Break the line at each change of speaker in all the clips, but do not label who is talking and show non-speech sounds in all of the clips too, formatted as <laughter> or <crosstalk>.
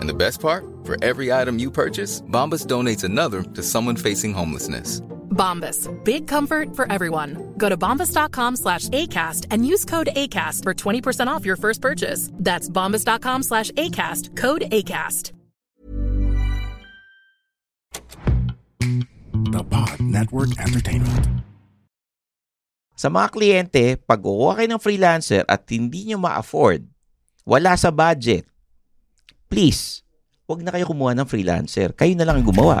And the best part? For every item you purchase, Bombas donates another to someone facing homelessness.
Bombas. Big comfort for everyone. Go to bombas.com slash ACAST and use code ACAST for 20% off your first purchase. That's bombas.com slash ACAST. Code ACAST.
The Pod Network Entertainment.
Sa mga kliyente, pag kukuha kayo ng freelancer at hindi nyo ma-afford, wala sa budget, please, huwag na kayo kumuha ng freelancer. Kayo na lang ang gumawa.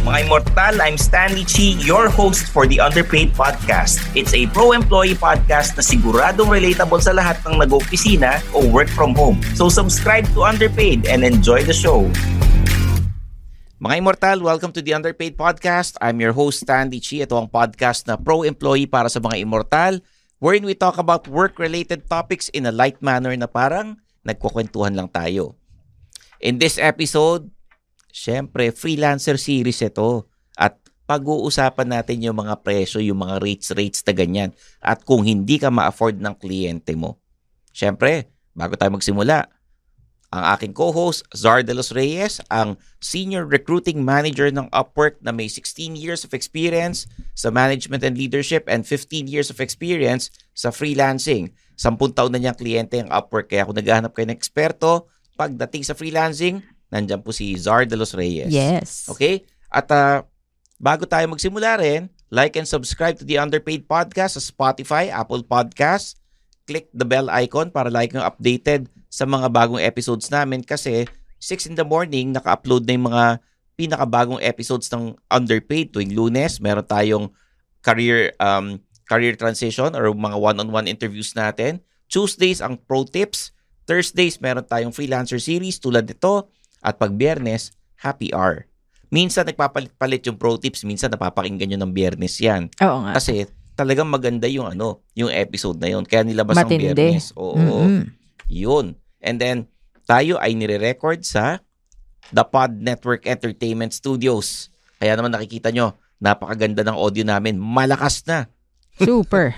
Mga Immortal, I'm Stanley Chi, your host for the Underpaid Podcast. It's a pro-employee podcast na siguradong relatable sa lahat ng nag-opisina o work from home. So subscribe to Underpaid and enjoy the show.
Mga Immortal, welcome to the Underpaid Podcast. I'm your host, Stanley Chi. Ito ang podcast na pro-employee para sa mga Immortal, wherein we talk about work-related topics in a light manner na parang nagkukwentuhan lang tayo. In this episode, syempre, freelancer series ito. At pag-uusapan natin yung mga presyo, yung mga rates-rates na ganyan. At kung hindi ka ma-afford ng kliyente mo. Syempre, bago tayo magsimula, ang aking co-host, Zar De Los Reyes, ang Senior Recruiting Manager ng Upwork na may 16 years of experience sa management and leadership and 15 years of experience sa freelancing. Sampung taon na niyang kliyente ang Upwork. Kaya kung naghahanap kayo ng eksperto, pagdating sa freelancing, nandyan po si Zar De Los Reyes.
Yes.
Okay? At ah, bago tayo magsimula rin, like and subscribe to the Underpaid Podcast sa Spotify, Apple Podcasts, click the bell icon para like nyo updated sa mga bagong episodes namin kasi 6 in the morning naka-upload na yung mga pinakabagong episodes ng Underpaid tuwing lunes. Meron tayong career um, career transition or mga one-on-one interviews natin. Tuesdays ang pro tips. Thursdays meron tayong freelancer series tulad nito. At pag biyernes, happy hour. Minsan nagpapalit-palit yung pro tips. Minsan napapakinggan nyo ng biyernes yan.
Oo nga.
Kasi talagang maganda yung ano, yung episode na yun. Kaya nilabas ang
Matindi.
Biyernes. Oo.
Mm-mm.
Yun. And then, tayo ay nire-record sa The Pod Network Entertainment Studios. Kaya naman nakikita nyo, napakaganda ng audio namin. Malakas na.
Super.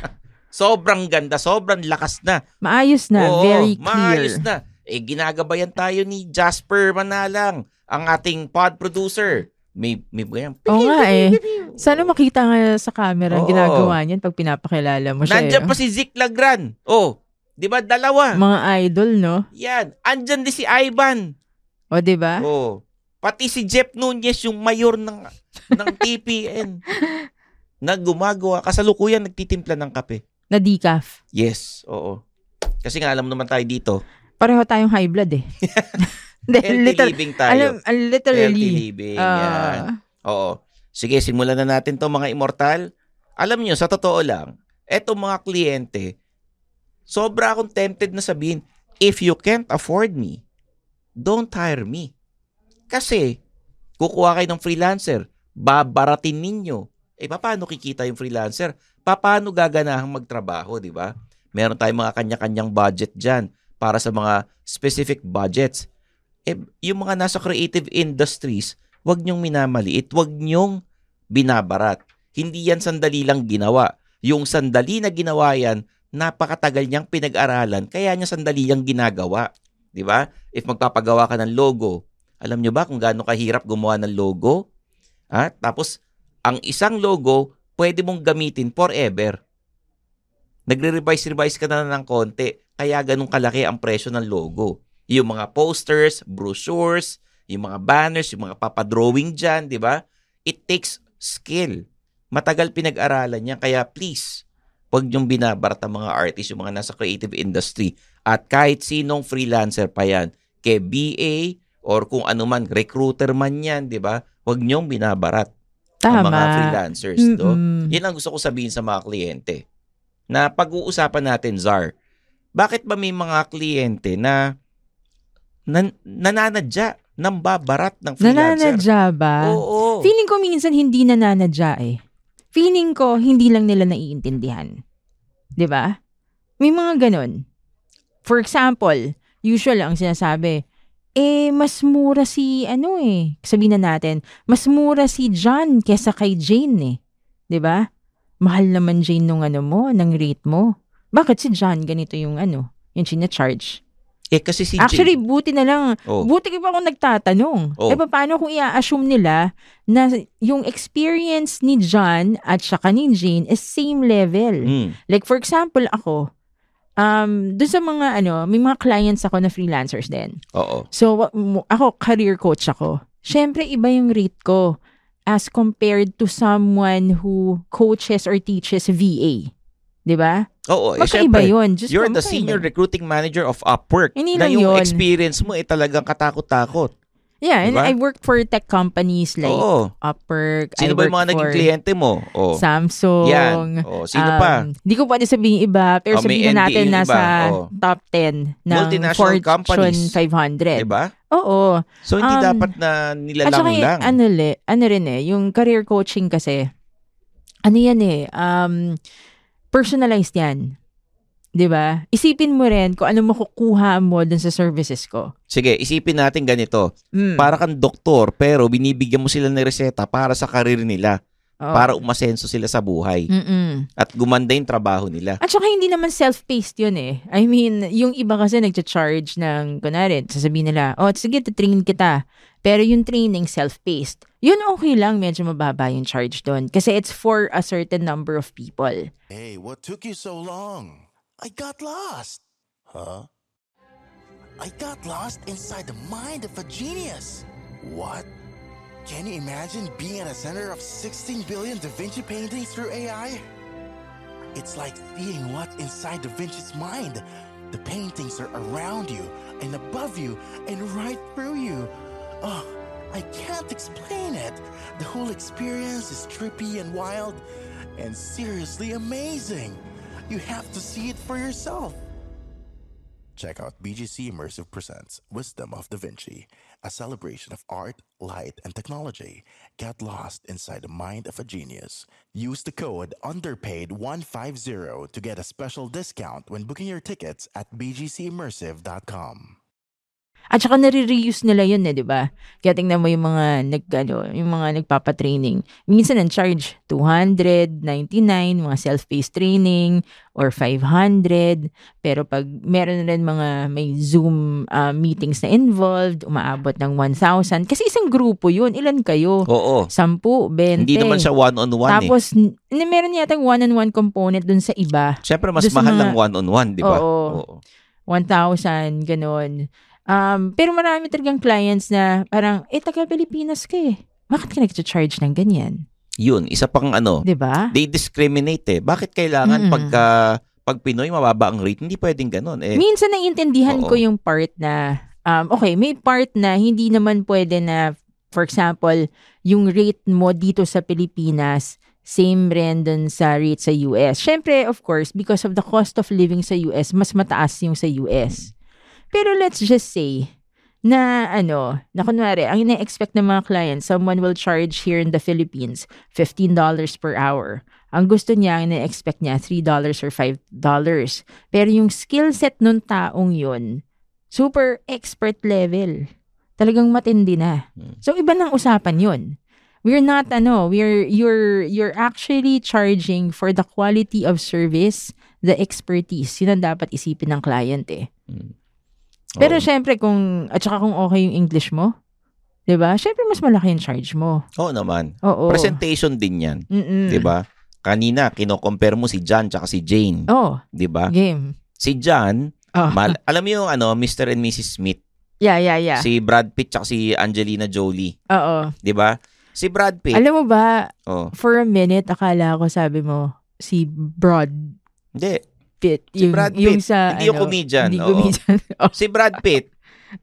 Sobrang ganda, sobrang lakas na.
Maayos na.
Oo,
very clear.
Maayos na. Eh, ginagabayan tayo ni Jasper Manalang, ang ating pod producer. May, may ganyan.
Oo nga eh. Sana makita nga sa camera ang
Oo.
ginagawa niyan pag pinapakilala mo siya. eh.
Nandiyan pa si Zeke Lagran. Oh, di ba dalawa?
Mga idol, no?
Yan. Andyan din si Ivan.
O, di ba?
Oh. Pati si Jeff Nunez, yung mayor ng ng TPN. na gumagawa. Kasalukuyan, nagtitimpla ng kape.
Na decaf.
Yes, oo. Kasi nga, alam naman tayo dito,
Pareho tayong high blood eh. Hindi,
<laughs> Healthy living tayo.
Alam, ah, literally.
Healthy living, yan.
ah,
Oo. Sige, simulan na natin to mga immortal. Alam nyo, sa totoo lang, eto mga kliyente, sobra akong tempted na sabihin, if you can't afford me, don't hire me. Kasi, kukuha kayo ng freelancer, babaratin ninyo. Eh, paano kikita yung freelancer? Paano gaganahang magtrabaho, di ba? Meron tayong mga kanya-kanyang budget dyan para sa mga specific budgets. Eh, yung mga nasa creative industries, wag niyong minamaliit, wag niyong binabarat. Hindi yan sandali lang ginawa. Yung sandali na ginawa yan, napakatagal niyang pinag-aralan, kaya niya sandali yung ginagawa. Di ba? If magpapagawa ka ng logo, alam niyo ba kung gaano kahirap gumawa ng logo? Ha? Tapos, ang isang logo, pwede mong gamitin forever. Nagre-revise-revise ka na ng konti, kaya ganun kalaki ang presyo ng logo. Yung mga posters, brochures, yung mga banners, yung mga papadrawing dyan, di ba? It takes skill. Matagal pinag-aralan niya, kaya please, huwag niyong binabarata mga artist, yung mga nasa creative industry. At kahit sinong freelancer pa yan, kay BA or kung ano man, recruiter man yan, di ba? Huwag niyong binabarat ang mga
Tama.
freelancers. do.
Mm-mm.
Yan ang gusto ko sabihin sa mga kliyente. Na pag-uusapan natin, Zar, bakit ba may mga kliyente na nan- nananadya ng babarat ng freelancer?
nananadya ba?
Oo.
Feeling ko minsan hindi nananadya eh. Feeling ko hindi lang nila naiintindihan. 'Di ba? May mga ganun. For example, usual ang sinasabi, eh, mas mura si, ano eh, sabihin na natin, mas mura si John kesa kay Jane eh. 'Di ba? Mahal naman Jane nung ano mo, ng rate mo. Bakit si John ganito yung ano, yung charge
Eh kasi si
Actually,
Jane,
buti na lang.
Oh.
Buti ka pa kung nagtatanong.
Oh.
Eh, paano kung i-assume nila na yung experience ni John at saka ni Jane is same level?
Mm.
Like, for example, ako, um, doon sa mga, ano, may mga clients ako na freelancers din.
oo.
So, wa- mo- ako, career coach ako. Siyempre, iba yung rate ko as compared to someone who coaches or teaches VA. 'Di ba?
Oo, eh,
Magkaiba
syempre,
yun. Diyos ko,
you're the
magkaiba.
senior recruiting manager of Upwork.
Hindi
na
lang
yung
yun.
experience mo eh talagang katakot-takot.
Yeah, and
Diba?
I worked for tech companies like
Oo.
Upwork.
Sino
I
ba yung mga
worked
naging
for
kliyente mo? Oh.
Samsung.
Yan. Oh, sino pa?
Hindi ko pwede sabihin iba, pero
Oh, may
sabihin na natin
NDA yung
nasa
iba. Oh.
top 10 ng
Multinational
Fortune
companies.
500.
Diba?
Oo.
So hindi
Um,
dapat na
At
nilalang
saka,
lang.
yung ano, li- ano rin eh, yung career coaching kasi, ano yan eh, um, personalized yan. 'Di ba? Isipin mo rin kung ano makukuha mo dun sa services ko.
Sige, isipin natin ganito.
Mm.
Para kang doktor pero binibigyan mo sila ng reseta para sa karir nila.
Oo.
Para umasenso sila sa buhay.
Oh. Mm-mm.
At gumanda yung trabaho nila.
At saka hindi naman self-paced yun eh. I mean, yung iba kasi nagcha-charge ng, kunwari, sasabihin nila, oh, sige, titrain kita. Pero yung training, self-paced. Yun okay lang, medyo mababa yung charge doon. Kasi it's for a certain number of people.
Hey, what took you so long? I got lost. Huh? I got lost inside the mind of a genius. What? Can you imagine being at the center of 16 billion Da Vinci paintings through AI? It's like seeing what's inside Da Vinci's mind. The paintings are around you and above you and right through you. Oh, I can't explain it. The whole experience is trippy and wild and seriously amazing. You have to see it for yourself. Check out BGC Immersive Presents Wisdom of Da Vinci, a celebration of art, light, and technology. Get lost inside the mind of a genius. Use the code UNDERPAID150 to get a special discount when booking your tickets at bgcimmersive.com.
At saka nare-reuse nila yun eh, di ba? Kaya tingnan mo yung mga, nag, ano, yung mga nagpapatraining. Minsan ang charge, 299, mga self-paced training, or 500. Pero pag meron rin mga may Zoom ah, meetings na involved, umaabot ng 1,000. Kasi isang grupo yun. Ilan kayo?
Oo.
Sampu, 20.
Hindi naman siya one-on-one eh.
Oh. Tapos, n- n- meron yata one-on-one component dun sa iba.
Siyempre, mas
Dun sa
mahal
mga-
ng one-on-one, di ba?
Oo. 1,000, ganun. Um, pero marami talagang clients na parang, eh, taga Pilipinas ka eh. Bakit ka nag-charge ng ganyan?
Yun, isa pang ano.
Di ba? Mm.
They discriminate eh. Bakit kailangan
Mm-mm.
pagka, pag Pinoy, mababa ang rate? Hindi pwedeng ganun eh.
Minsan naiintindihan ko yung part na, um, okay, may part na hindi naman pwede na, for example, yung rate mo dito sa Pilipinas, same rin dun sa rate sa US. Siyempre, of course, because of the cost of living sa US, mas mataas yung sa US. Pero let's just say na ano, na kunwari, ang ina-expect ng mga clients, someone will charge here in the Philippines $15 per hour. Ang gusto niya, ang ina-expect niya, $3 or $5. Pero yung skill set nung taong yun, super expert level. Talagang matindi na. So, iba ng usapan yun. We're not ano, we're you're you're actually charging for the quality of service, the expertise. Yun ang dapat isipin ng client eh. Pero syempre kung at saka kung okay yung English mo, 'di ba? Syempre mas malaki yung charge mo.
Oo naman.
Oo.
Presentation din yan.
Mm-mm.
Di ba? Kanina, kinocompare mo si John tsaka si Jane.
Oh,
Di ba?
game.
Si John,
Oh.
mal- alam mo yung ano, Mr. and Mrs. Smith.
Yeah, yeah, yeah.
Si Brad Pitt tsaka si Angelina Jolie.
Oo.
Di ba? Si Brad Pitt.
Alam mo ba,
Oh.
for a minute akala ko sabi mo si Brad
Hindi.
Pitt.
Si Brad Pitt.
Yung sa,
hindi yung
ano,
comedian.
Hindi
oo.
comedian. <laughs>
si Brad Pitt,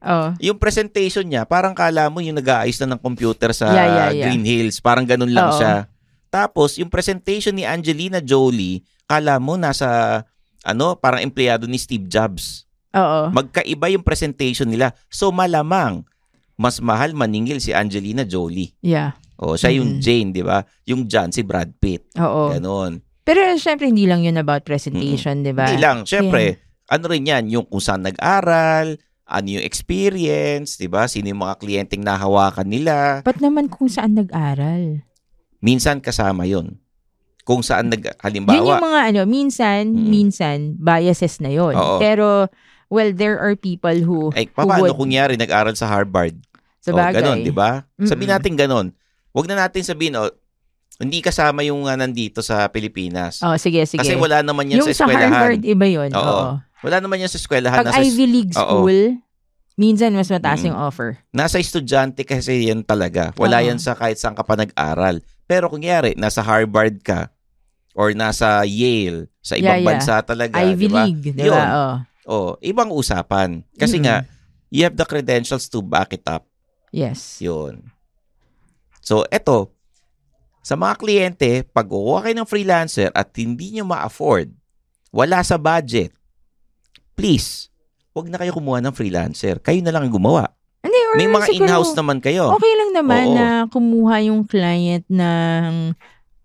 Oo.
yung presentation niya, parang kala mo yung nag-aayos na ng computer sa
Yeah, yeah, yeah.
Green Hills. Parang ganun lang
Oo.
siya. Tapos, yung presentation ni Angelina Jolie, kala mo nasa, ano, parang empleyado ni Steve Jobs.
Oo.
Magkaiba yung presentation nila. So, malamang, mas mahal maningil si Angelina Jolie.
Yeah.
O, siya yung
Mm.
Jane, di ba? Yung John, si Brad Pitt.
Oo.
Ganon.
Pero syempre hindi lang yun about presentation, 'di ba?
Hindi lang, syempre, ano rin yan, yung kung saan nag-aral, ano yung experience, di ba? Sino yung mga kliyenteng nahawakan nila.
Ba't naman kung saan nag-aral?
Minsan kasama yon Kung saan nag,
Yun yung
halimbawa,
mga ano, minsan, minsan, biases na yun.
Mm. Oo.
Pero, well, there are people who,
ay,
who
paano
would.
kunyari nag-aral sa Harvard?
Sa
O,
bagay.
ganon, di ba? Sabihin
Mm-mm.
natin ganon. Huwag na natin sabihin, oh, hindi kasama yung ah, nandito sa Pilipinas.
Oh, sige, sige.
Kasi wala naman yan sa
yung
eskwelahan.
Harvard, iba yun.
Oo.
Oo.
Wala naman yan sa eskwelahan.
Pag Ivy League
Oo. Mm.
school, minsan mas mataas yung offer.
Nasa estudyante kasi yan talaga. Wala
Oo.
yan sa kahit saan ka pa nag-aral. Pero kunyari, nasa Harvard ka or nasa Yale, sa ibang
Yeah, yeah.
bansa talaga.
Ivy
di ba?
League,
Yun.
di ba? Oo.
Oo, ibang usapan. Kasi
Mm-mm.
nga, you have the credentials to back it up.
Yes.
Yun. So, eto, sa mga kliyente, pag kukuha kayo ng freelancer at hindi nyo ma-afford, wala sa budget, please, huwag na kayo kumuha ng freelancer. Kayo na lang ang gumawa.
Hindi, or
May mga
siguro,
in-house naman kayo.
Okay lang naman
Oo.
na kumuha yung client ng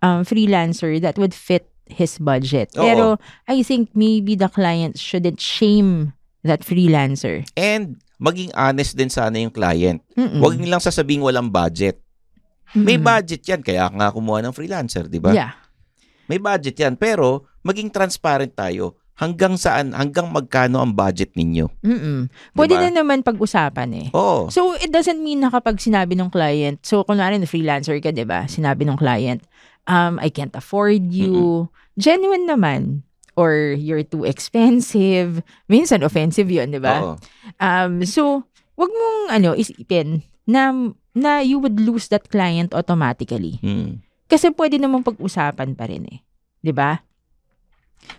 um, freelancer that would fit his budget.
Oo.
Pero I think maybe the client shouldn't shame that freelancer.
And maging honest din sana yung client.
Mm-mm.
Huwag nilang sasabing walang budget. May
Mm-mm.
budget yan, kaya nga kumuha ng freelancer, di ba?
Yeah.
May budget yan, pero maging transparent tayo. Hanggang saan, hanggang magkano ang budget ninyo?
Mm-mm. Pwede
Diba?
na naman pag-usapan eh.
Oo.
So, it doesn't mean na kapag sinabi ng client, so kunwari na freelancer ka, di ba? Sinabi ng client, um, I can't afford you. Genuine naman. Or you're too expensive. Minsan offensive yun,
Oo.
di ba? Um, so, wag mong ano, isipin na, na you would lose that client automatically.
Mm.
Kasi pwede namang pag-usapan pa rin eh. 'Di ba?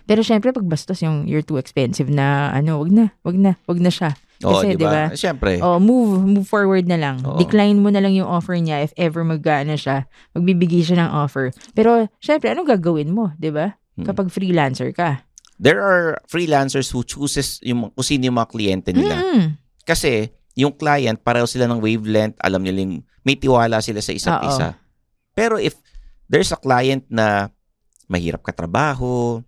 Pero syempre pag bastos yung you're too expensive na ano, wag na, wag na, wag na siya.
Oo,
Kasi
di
'di ba?
ba? Eh, Syempre.
Oh, move, move forward na lang.
Oo.
Decline mo na lang yung offer niya if ever mag-ano siya, magbibigay siya ng offer. Pero syempre, anong gagawin mo, 'di ba?
Mm.
Kapag freelancer ka.
there are freelancers who chooses yung, kung sino yung mga kliyente nila. Kasi yung client, pareho sila ng wavelength, alam nila yung, may tiwala sila sa isa't
Oo.
isa. Pero if there's a client na mahirap katrabaho,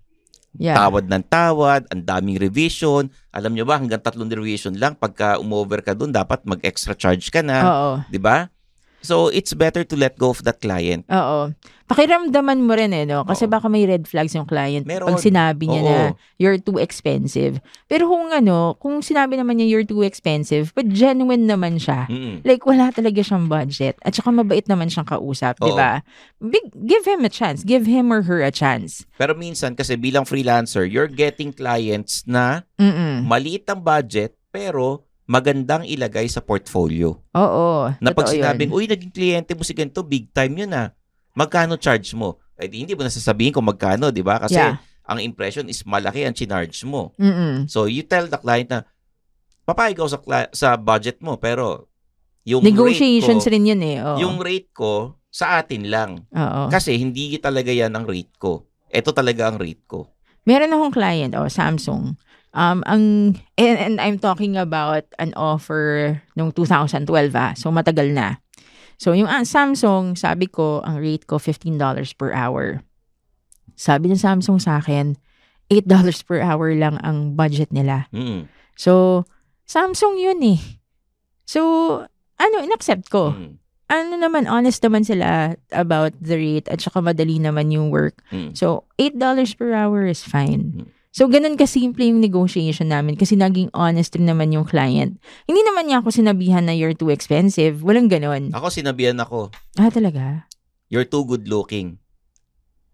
Yeah.
tawad ng tawad, ang daming revision, alam nyo ba, hanggang tatlong revision lang, pagka umover ka dun, dapat mag-extra charge ka na.
Oo.
Di ba? So, it's better to let go of that client.
Oo. Pakiramdaman mo rin eh, no? Kasi baka may red flags yung client pag sinabi niya
Oo.
na you're too expensive. Pero kung ano, kung sinabi naman niya you're too expensive, but genuine naman siya.
Mm.
Like, wala talaga siyang budget. At saka mabait naman siyang kausap, di
Oo.
ba? Big- Give him a chance. Give him or her a chance.
Pero minsan, kasi bilang freelancer, you're getting clients na
Mm-mm.
Mm-hmm. maliit ang budget, pero magandang ilagay sa portfolio.
Oo.
Na pag
totoo yun.
sinabing, uy, naging kliyente mo si ganito, big time yun ah. Magkano charge mo? Eh, di- hindi mo nasasabihin kung magkano, di ba? Kasi
Yeah. Mm-hmm.
ang impression is malaki ang charge mo.
Mm-mm.
So you tell the client na, papayag ako sa, cli- sa budget mo, pero yung
Negotiations
rate ko,
rin yun eh. Oo.
Yung rate ko, sa atin lang.
Oo.
Kasi hindi talaga yan ang rate ko. Ito talaga ang rate ko.
Meron akong client, oh, Samsung. Um, ang, and, and I'm talking about an offer nung 2012, ah. So, matagal na. So, yung ah, Samsung, sabi ko, ang rate ko, $15 per hour. Sabi ng Samsung sa akin, $8 per hour lang ang budget nila.
Mm.
So, Samsung yun eh. So, ano, inaccept ko.
Mm-hmm.
Ano naman, honest naman sila about the rate at saka madali naman yung work.
Mm.
So, $8 per hour is fine. So, ganun kasimple yung negotiation namin kasi naging honest rin naman yung client. Hindi naman niya ako sinabihan na you're too expensive. Walang ganun.
Ako sinabihan ako,
Ah, talaga?
you're too good looking.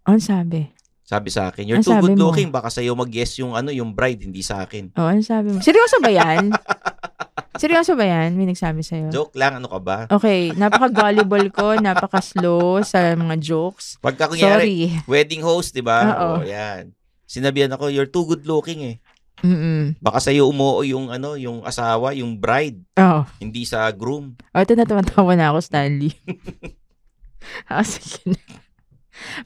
Ano sabi?
Sabi sa akin, you're
Ang
too
sabi
good
mo?
looking, baka sa'yo mag-yes yung, ano, yung bride, hindi sa akin.
Oh, ano sabi mo? Seryoso ba yan? Seryoso ba yan? May nagsabi sa'yo?
Joke lang, ano ka ba?
Okay, napaka-gullible ko, napaka-slow sa mga jokes.
Pagka kunyari,
Sorry.
wedding host, di ba? O,
Oo.
yan. Sinabihan ako, you're too good looking eh.
Mm-mm.
Baka sa'yo umuo yung, ano, yung asawa, yung bride,
Oh.
hindi sa groom.
O, ito na tumatawa na ako,
<laughs>
Stanley. ah, sige na.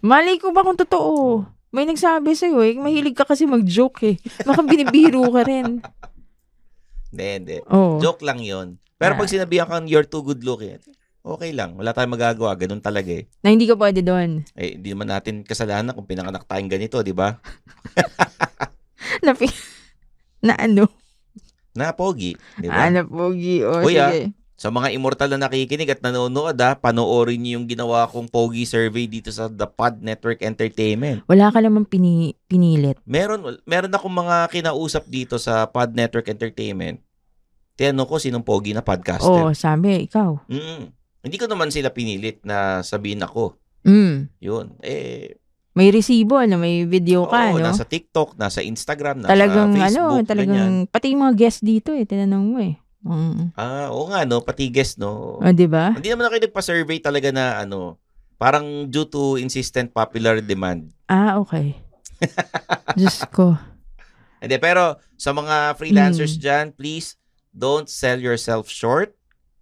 Malay ko ba kung totoo? May nagsabi sa'yo eh. Mahilig ka kasi mag-joke eh. Baka binibiro ka
<laughs>
rin. Oh.
Hindi, hindi.
Oo.
Joke lang yon. Pero
Yeah.
pag sinabihan kang you're too good looking, okay lang. Wala tayong magagawa. Ganun talaga eh.
Na hindi ka pwede doon.
Eh, hindi naman natin kasalanan kung pinanganak tayong ganito, di ba?
Na, pi- <laughs> na ano?
Na, pogi. Di ba?
Ah, na pogi. O,
Diba? Uy, ah,
sige.
sa mga immortal na nakikinig at nanonood, ah, panoorin niyo yung ginawa kong pogi survey dito sa The Pod Network Entertainment.
Wala ka namang pini- pinilit.
Meron, wal- meron akong mga kinausap dito sa Pod Network Entertainment. Tinanong ko sinong pogi na
Oo,
podcaster.
Oh, sabi, ikaw.
Mm. Hindi ko naman sila pinilit na sabihin ako.
Mm.
Yun. Eh,
May resibo, ano? May video ka,
oo,
no?
nasa TikTok, nasa Instagram, nasa
talagang,
Facebook,
ano, talagang,
ganyan.
pati yung mga guest dito eh. Tinanong mo eh. Mm. Oh, diba?
Ah, oo nga, no? Pati guest, no?
O, di ba?
Hindi naman ako nagpa-survey talaga na ano, parang due to insistent popular demand. <laughs>
Ah, okay. Diyos ko.
Hindi, pero sa mga freelancers
Hmm.
dyan, please don't sell yourself short.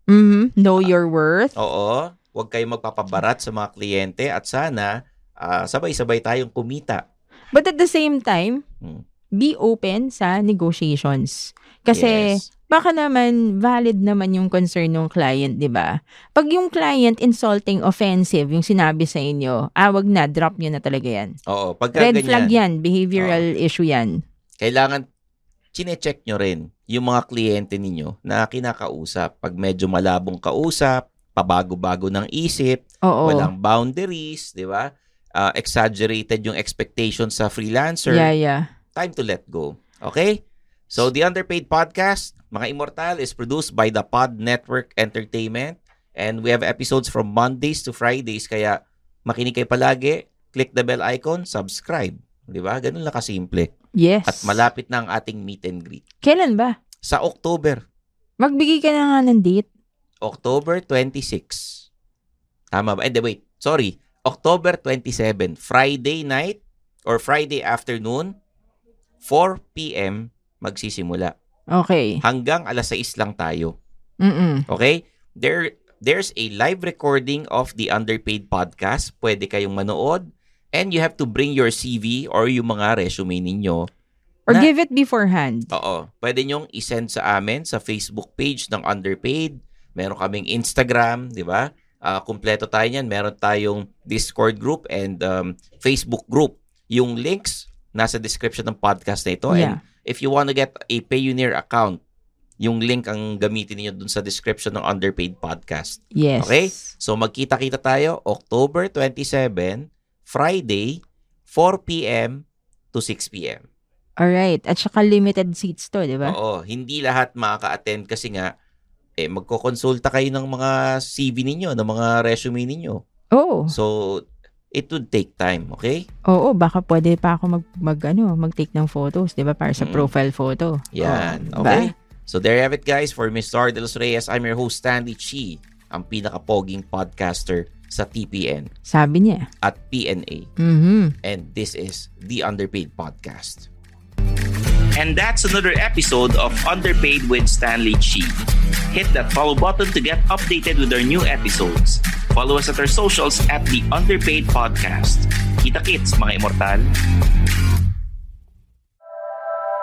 Mm-hmm.
Mhm. Know your worth.
Oh. Oo, huwag kayong magpapabarat sa mga kliyente at sana ah, sabay-sabay tayong kumita.
But at the same time,
Mm.
be open sa negotiations. Kasi
Yes.
baka naman valid naman yung concern ng client, 'di ba? Pag yung client insulting, offensive yung sinabi sa inyo, ah wag na, drop niyo na talaga 'yan.
Oo, pagka ganyan,
Red
Oh.
flag 'yan, behavioral issue 'yan.
kailangan chinecheck nyo rin yung mga kliyente ninyo na kinakausap. Pag medyo malabong kausap, pabago-bago ng isip,
Oo.
walang boundaries, di ba? Ah, exaggerated yung expectation sa freelancer.
Yeah, yeah.
Time to let go. Okay? So, The Underpaid Podcast, mga Immortal, is produced by the Pod Network Entertainment. And we have episodes from Mondays to Fridays. Kaya, makinig kayo palagi. Click the bell icon, subscribe. Di ba? Ganun lang kasimple.
Yes.
At malapit na ang ating meet and greet.
Kailan ba?
Sa October.
Magbigay ka na nga ng date.
October 26. Tama ba? Eh, di, wait. Sorry. October 27. Friday night or Friday afternoon, 4 p.m. magsisimula.
Okay.
Hanggang alas 6 lang tayo.
Mm.
Okay? There there's a live recording of the Underpaid podcast. Pwede kayong manood and you have to bring your CV or yung mga resume ninyo
Or
Na-
give it beforehand.
Oo. Pwede nyong isend sa amin sa Facebook page ng Underpaid. Meron kaming Instagram, di ba? Ah, kumpleto tayo niyan. Meron tayong Discord group and um, Facebook group. Yung links nasa description ng podcast na ito.
Yeah.
And if you want to get a Payoneer account, yung link ang gamitin niyo dun sa description ng Underpaid Podcast.
Yes.
Okay? So magkita-kita tayo October 27, Friday, 4 p.m. to 6 p.m.
Alright. At saka limited seats to, di ba?
Oo, hindi lahat makaka-attend kasi nga eh magkokonsulta kayo ng mga CV ninyo, ng mga resume ninyo.
Oo.
So it would take time, okay?
Oh, Oo, baka pwede pa ako mag, mag ano, mag-take ng photos, 'di ba, para sa
Mm.
profile photo.
Yan,
Oo, 'di ba?
okay? So there you have it guys. For Mr. De Los Reyes, I'm your host Stanley Chi, ang pinaka-poging podcaster sa TPN
Sabi niya.
at PNA.
Mhm.
And this is The Underpaid Podcast.
And that's another episode of Underpaid with Stanley Chi. Hit that follow button to get updated with our new episodes. Follow us at our socials at the Underpaid Podcast. Kita-kits, mga immortal.